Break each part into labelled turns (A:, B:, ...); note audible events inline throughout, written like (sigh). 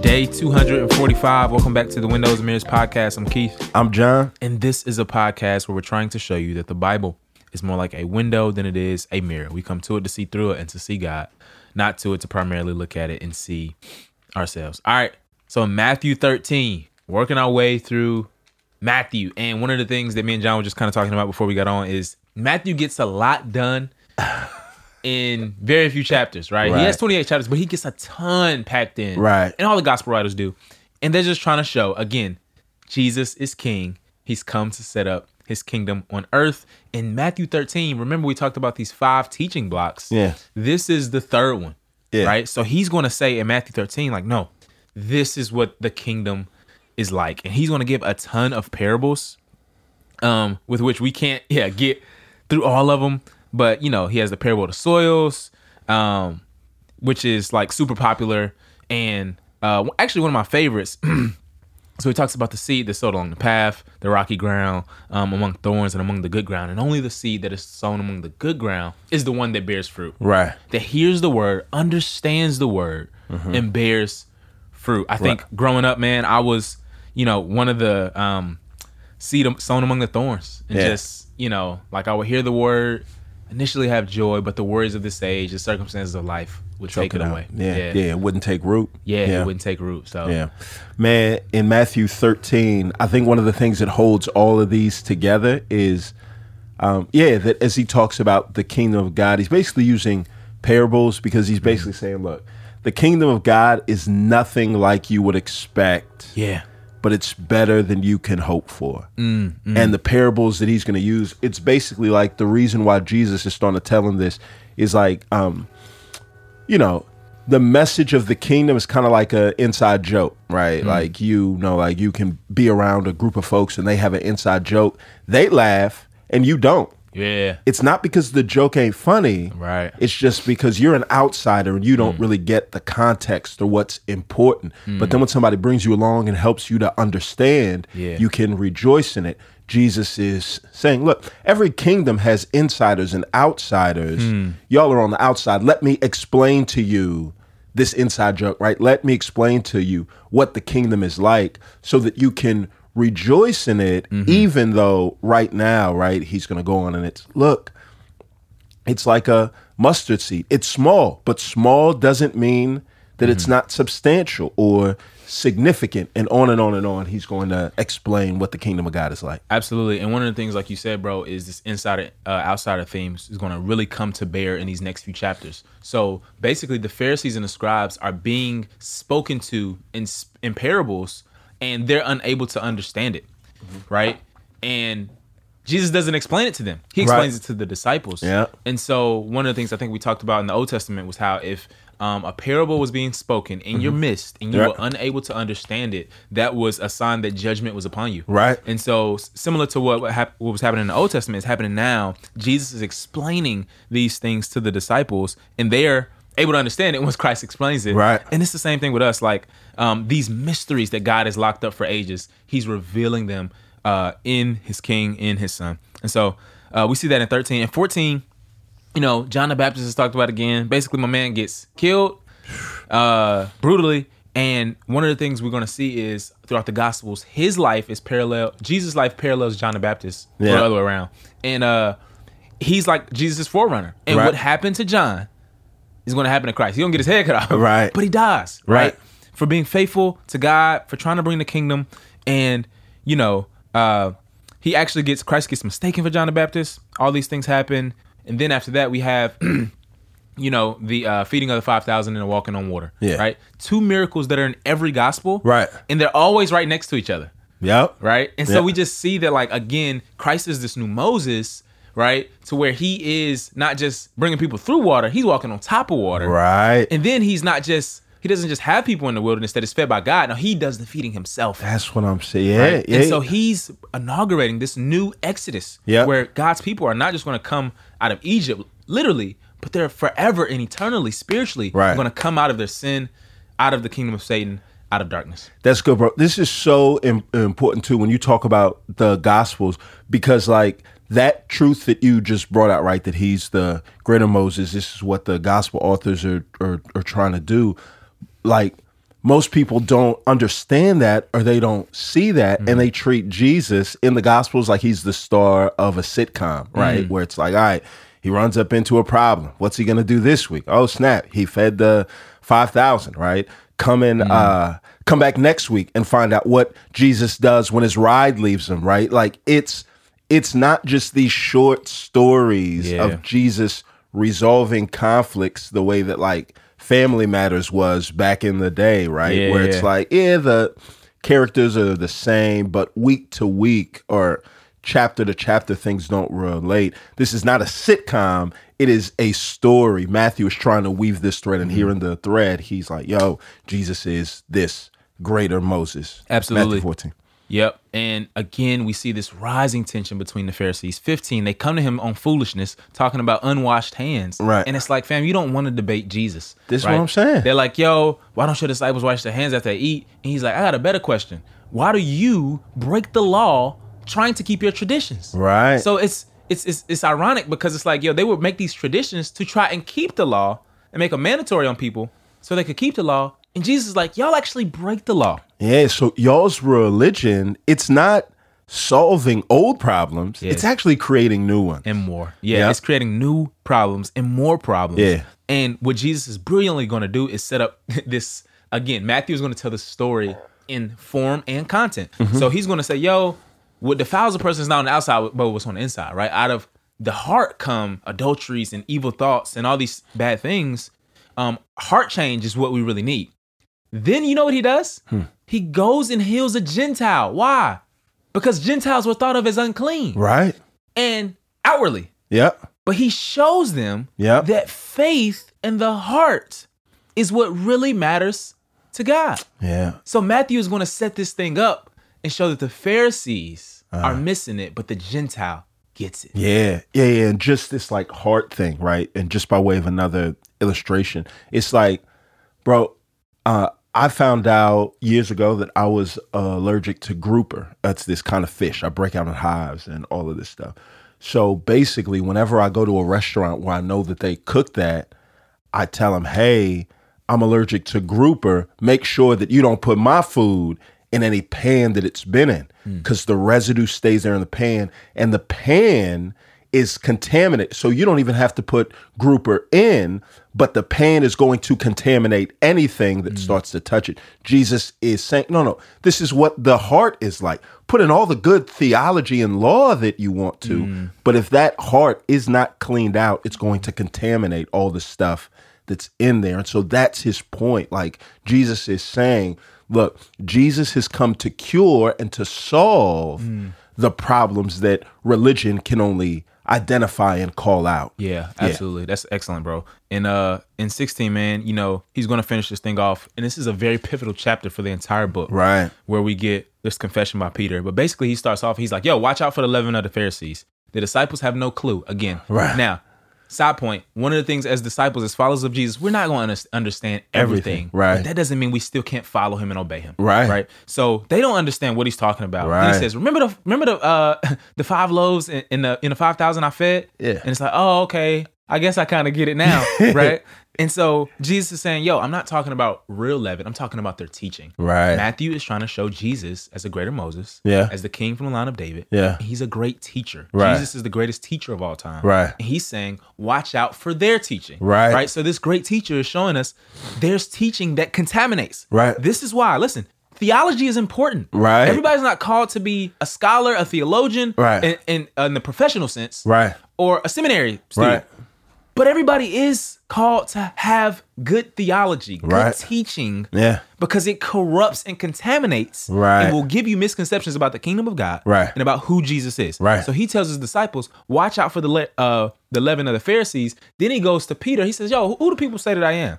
A: Day 245. Welcome back to the Windows and Mirrors podcast. I'm Keith,
B: I'm John.
A: and this is a podcast where we're trying to show you that the Bible is more like a window than it is a mirror. We come to it to see through it and to see God, not to it to primarily look at it and see ourselves. All right. So, in Matthew 13, working our way through Matthew. And one of the things that me and John were just kind of talking about before we got on is Matthew gets a lot
B: (laughs)
A: done in very few chapters, right? He has
B: Right.
A: 28 chapters, but he gets a ton packed in.
B: Right.
A: And all the gospel writers do. And they're just trying to show, again, Jesus is king. He's come to set up his kingdom on earth. In Matthew 13, remember we talked about these five teaching blocks.
B: Yeah.
A: This is the third one.
B: Yeah.
A: Right? So he's going to say in Matthew 13, like, no, this is what the kingdom is like. And he's going to give a ton of parables um, with which we can't (laughs) yeah get through all of them. But you know, he has the parable of the soils, um, which is like super popular and uh, actually one of my favorites. (clears throat) so he talks about the seed that's sown along the path, the rocky ground, um, among thorns, and among the good ground. And only the seed that is sown among the good ground is the one that bears fruit
B: Right.
A: that hears the word, understands the word,
B: Mm-hmm.
A: and bears fruit. I think growing up, man, I was, you know, one of the um seed am- sown among the thorns. And
B: Yeah.
A: just, you know, like I would hear the word, initially have joy, but the worries of this age, the circumstances of life would take it
B: Out.
A: away.
B: Yeah.
A: Yeah.
B: yeah.
A: Yeah.
B: It wouldn't take root.
A: it wouldn't take root. So
B: Yeah. Man, in Matthew 13, I think one of the things that holds all of these together is, um, yeah, that as he talks about the kingdom of God, he's basically using parables because he's basically
A: Mm.
B: saying, look, the kingdom of God is nothing like you would expect.
A: yeah.
B: but it's better than you can hope for. And the parables that he's going to use, it's basically like the reason why Jesus is starting to tell him this is like, um, you know, the message of the kingdom is kind of like a inside joke, right? Like you know, like you can be around a group of folks and they have an inside joke, they laugh and you don't.
A: Yeah.
B: It's not because the joke ain't funny,
A: Right.
B: It's just because you're an outsider and you don't really get the context or what's important. But then when somebody brings you along and helps you to understand,
A: Yeah.
B: you can rejoice in it. Jesus is saying, Look, every kingdom has insiders and outsiders. Y'all are on the outside. Let me explain to you this inside joke, right? Let me explain to you what the kingdom is like so that you can rejoice in it, even though right now, right, he's going to go on and it's, Look, it's like a mustard seed. It's small, but small doesn't mean that
A: Mm-hmm.
B: it's not substantial or significant. And on and on and on, he's going to explain what the kingdom of God is like.
A: Absolutely. And one of the things, like you said, bro, is this insider, uh, outsider themes is going to really come to bear in these next few chapters. So basically, the Pharisees and the scribes are being spoken to in, s- in parables, and they're unable to understand it,
B: Mm-hmm.
A: right? And Jesus doesn't explain it to them. He explains
B: Right.
A: it to the disciples.
B: Yeah.
A: And so one of the things I think we talked about in the Old Testament was how if um, a parable was being spoken in your midst and you
B: Mm-hmm. Yeah.
A: were unable to understand it, that was a sign that judgment was upon you.
B: Right.
A: And so, s- similar to what what, hap- what was happening in the Old Testament is happening now. Jesus is explaining these things to the disciples, and they're able to understand it (laughs) once Christ explains it.
B: Right.
A: And it's the same thing with us. Like um, these mysteries that God has locked up for ages, He's revealing them uh, in His King, in His Son. And so, uh, we see that in thirteen and fourteen. You know, John the Baptist is talked about again. Basically, my man gets killed uh, brutally. And one of the things we're going to see is throughout the Gospels, his life is parallel. Jesus' life parallels John the Baptist or
B: Yeah.
A: the other way around. And uh, he's like Jesus' forerunner. And
B: Right.
A: what happened to John is going to happen to Christ. He don't get his head cut off,
B: Right.
A: (laughs) But he dies, right?
B: Right.
A: For being faithful to God, for trying to bring the kingdom, and you know, uh, he actually gets Christ gets mistaken for John the Baptist. All these things happen, and then after that, we have (clears throat) you know, the uh, feeding of the 5,000 and the walking on water.
B: Yeah.
A: Right? Two miracles that are in every gospel.
B: Right.
A: And they're always right next to each other.
B: Yep.
A: Right? And
B: Yeah.
A: so we just see that, like, again, Christ is this new Moses, right? To where he is not just bringing people through water, he's walking on top of water.
B: Right.
A: And then he's not just, he doesn't just have people in the wilderness that is fed by God. No, he does the feeding himself.
B: That's what I'm saying. Yeah.
A: Right?
B: yeah.
A: And so he's inaugurating this new exodus
B: Yep.
A: where God's people are not just going to come out of Egypt, literally, but they're forever and eternally, spiritually,
B: Right.
A: going to come out of their sin, out of the kingdom of Satan, out of darkness.
B: That's good, bro. This is so Im- important too when you talk about the gospels because like that truth that you just brought out, right? That he's the greater Moses. This is what the gospel authors are are, are trying to do. Like most people don't understand that or they don't see that and they treat Jesus in the gospels like he's the star of a sitcom, right? Where it's like, all right, he runs up into a problem. What's he going to do this week? Oh, snap. He fed the 5,000, right? Come in uh come back next week and find out what Jesus does when his ride leaves him, right? Like it's it's not just these short stories
A: Yeah.
B: of Jesus resolving conflicts the way that like Family Matters was back in the day, right?
A: Yeah,
B: Where it's
A: yeah.
B: like, yeah, the characters are the same, but week to week or chapter to chapter things don't relate. This is not a sitcom. It is a story. Matthew is trying to weave this thread
A: Mm-hmm.
B: and here in the thread, he's like, yo, Jesus is this greater Moses.
A: Absolutely.
B: Matthew 14.
A: Yep. And again, we see this rising tension between the Pharisees. 15, they come to him on foolishness, talking about unwashed hands.
B: Right.
A: And it's like, fam, you don't want to debate Jesus.
B: This is what I'm saying.
A: They're like, yo, why don't your disciples wash their hands after they eat? And he's like, I got a better question. Why do you break the law trying to keep your traditions?
B: Right.
A: So it's it's it's, it's ironic because it's like, yo, they would make these traditions to try and keep the law and make them mandatory on people so they could keep the law. And Jesus is like, y'all actually break the law.
B: Yeah, so y'all's religion, it's not solving old problems. It's actually creating new ones.
A: and more. Yeah,
B: Yeah.
A: it's creating new problems and more problems.
B: Yeah.
A: And what Jesus is brilliantly going to do is set up (laughs) this again. Matthew is going to tell the story in form and content.
B: Mm-hmm.
A: So he's going to say, "Yo, what defiles a person is not on the outside, but what's on the inside, right? Out of the heart come adulteries and evil thoughts and all these bad things. Um, heart change is what we really need. Then you know what he does?
B: Hmm.
A: He goes and heals a Gentile. Why? Because Gentiles were thought of as unclean
B: Right?
A: and outwardly.
B: Yep.
A: But he shows them
B: Yep.
A: that faith in the heart is what really matters to God.
B: Yeah.
A: So Matthew is going to set this thing up and show that the Pharisees are missing it, but the Gentile gets it.
B: Uh-huh. Yeah. Yeah, yeah. And just this like heart thing, right? And just by way of another illustration, it's like, bro, uh, I found out years ago that I was allergic to grouper. That's this kind of fish. I break out in hives and all of this stuff. So basically, whenever I go to a restaurant where I know that they cook that, I tell them, hey, I'm allergic to grouper. Make sure that you don't put my food in any pan that it's been in because the residue stays there in the pan and the pan is contaminated. So you don't even have to put grouper in, but the pan is going to contaminate anything that starts to touch it. Jesus is saying, no, no, this is what the heart is like. Put in all the good theology and law that you want to,
A: Mm.
B: but if that heart is not cleaned out, it's going to contaminate all the stuff that's in there. And so that's his point. Like Jesus is saying, look, Jesus has come to cure and to solve
A: Mm.
B: the problems that religion can only identify and call out.
A: Yeah, absolutely. That's excellent, bro. And uh in 16, man, you know, he's gonna finish this thing off. And this is a very pivotal chapter for the entire book.
B: Right.
A: Where we get this confession by Peter. But basically he starts off, he's like, Yo, watch out for the leaven of the Pharisees. The disciples have no clue. Again.
B: Right.
A: Now, side point, one of the things as disciples, as followers of Jesus, we're not gonna under- understand everything.
B: Everything, right.
A: But that doesn't mean we still can't follow him and obey him.
B: Right.
A: Right. So they don't understand what he's talking about. Then he
B: Right.
A: says, Remember the remember the uh (laughs) the five loaves in, in the in the five thousand I fed?
B: Yeah.
A: And it's like, oh, okay. I guess I kind of get it now,
B: (laughs)
A: right? And so Jesus is saying, yo, I'm not talking about real leaven. I'm talking about their teaching.
B: Right.
A: Matthew is trying to show Jesus as a greater Moses,
B: Yeah.
A: as the king from the line of David.
B: Yeah.
A: He's a great teacher.
B: Right.
A: Jesus is the greatest teacher of all time.
B: Right.
A: And he's saying, watch out for their teaching.
B: Right.
A: Right. So this great teacher is showing us there's teaching that contaminates.
B: Right.
A: This is why, listen, theology is important.
B: Right.
A: Everybody's not called to be a scholar, a theologian,
B: Right.
A: in, in, in the professional sense
B: Right.
A: or a seminary student.
B: Right.
A: But everybody is called to have good theology, good
B: Right.
A: teaching,
B: Yeah.
A: because it corrupts and contaminates
B: Right.
A: and will give you misconceptions about the kingdom of God
B: Right.
A: and about who Jesus is.
B: Right.
A: So he tells his disciples, watch out for the le- uh, the leaven of the Pharisees. Then he goes to Peter. He says, yo, who, who do people say that I am?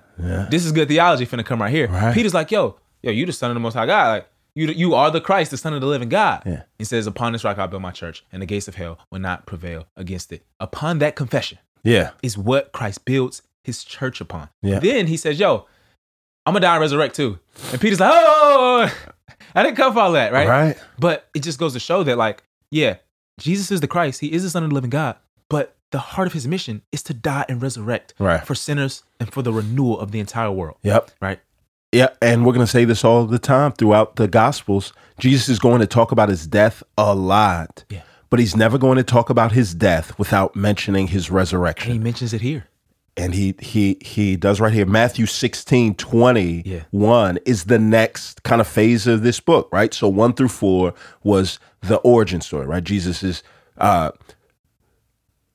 A: This is good theology finna come right here.
B: Right.
A: Peter's like, yo, yo, you the son of the most high God. Like, you, you are the Christ, the Son of the living God.
B: Yeah.
A: He says, Upon this rock I build my church, and the gates of hell will not prevail against it. Upon that confession,
B: Yeah.
A: is what Christ builds his church upon.
B: Yeah.
A: Then he says, Yo, I'm gonna die and resurrect too. And Peter's like, Oh, (laughs) I didn't come for all that, right?
B: Right.
A: But it just goes to show that, like, yeah, Jesus is the Christ, he is the Son of the living God, but the heart of his mission is to die and resurrect
B: Right.
A: for sinners and for the renewal of the entire world,
B: Yep.
A: right?
B: Yeah, and we're going to say this all the time throughout the Gospels. Jesus is going to talk about his death a lot,
A: Yeah.
B: but he's never going to talk about his death without mentioning his resurrection.
A: And he mentions it here.
B: and he he he does right here matthew 16 20
A: Yeah.
B: 1 is the next kind of phase of this book right so 1 through 4 was the origin story right jesus's uh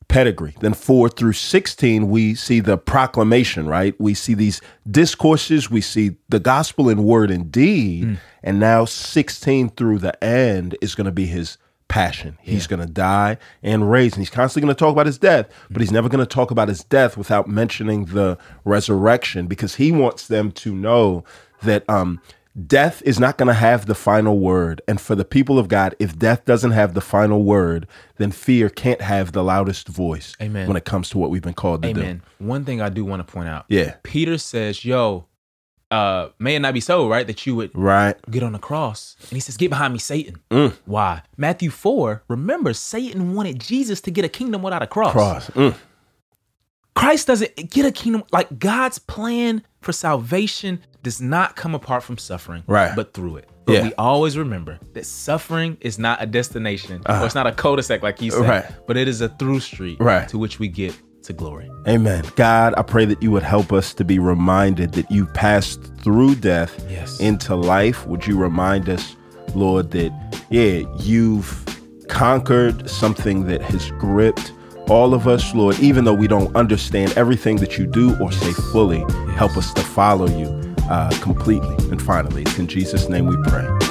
B: pedigree then 4 through 16 we see the proclamation right we see these discourses we see the gospel in word and deed and now 16 through the end is going to be his passion. He's going to die and raise. And he's constantly going to talk about his death, but he's never going to talk about his death without mentioning the resurrection because he wants them to know that um, death is not going to have the final word. And for the people of God, if death doesn't have the final word, then fear can't have the loudest voice
A: Amen.
B: when it comes to what we've been called to
A: Amen. One thing I do want to point out.
B: do. Yeah.
A: Peter says, Yo, uh, may it not be so, right? That you would
B: Right.
A: get on the cross. And he says, Get behind me, Satan.
B: Mm.
A: Why? Matthew 4, remember, Satan wanted Jesus to get a kingdom without a cross.
B: Cross. Mm.
A: Christ doesn't get a kingdom. Like God's plan for salvation does not come apart from suffering,
B: Right.
A: but through it. But
B: Yeah.
A: we always remember that suffering is not a destination, or it's not a cul-de-sac like you said,
B: Uh-huh. Right.
A: but it is a through street
B: Right.
A: to which we get to glory.
B: Amen. God, I pray that you would help us to be reminded that you passed through death
A: Yes.
B: into life. Would you remind us, Lord, that, yeah, you've conquered something that has gripped all of us, Lord, even though we don't understand everything that you do or say fully, help us to follow you uh, completely. And finally, it's in Jesus' name we pray.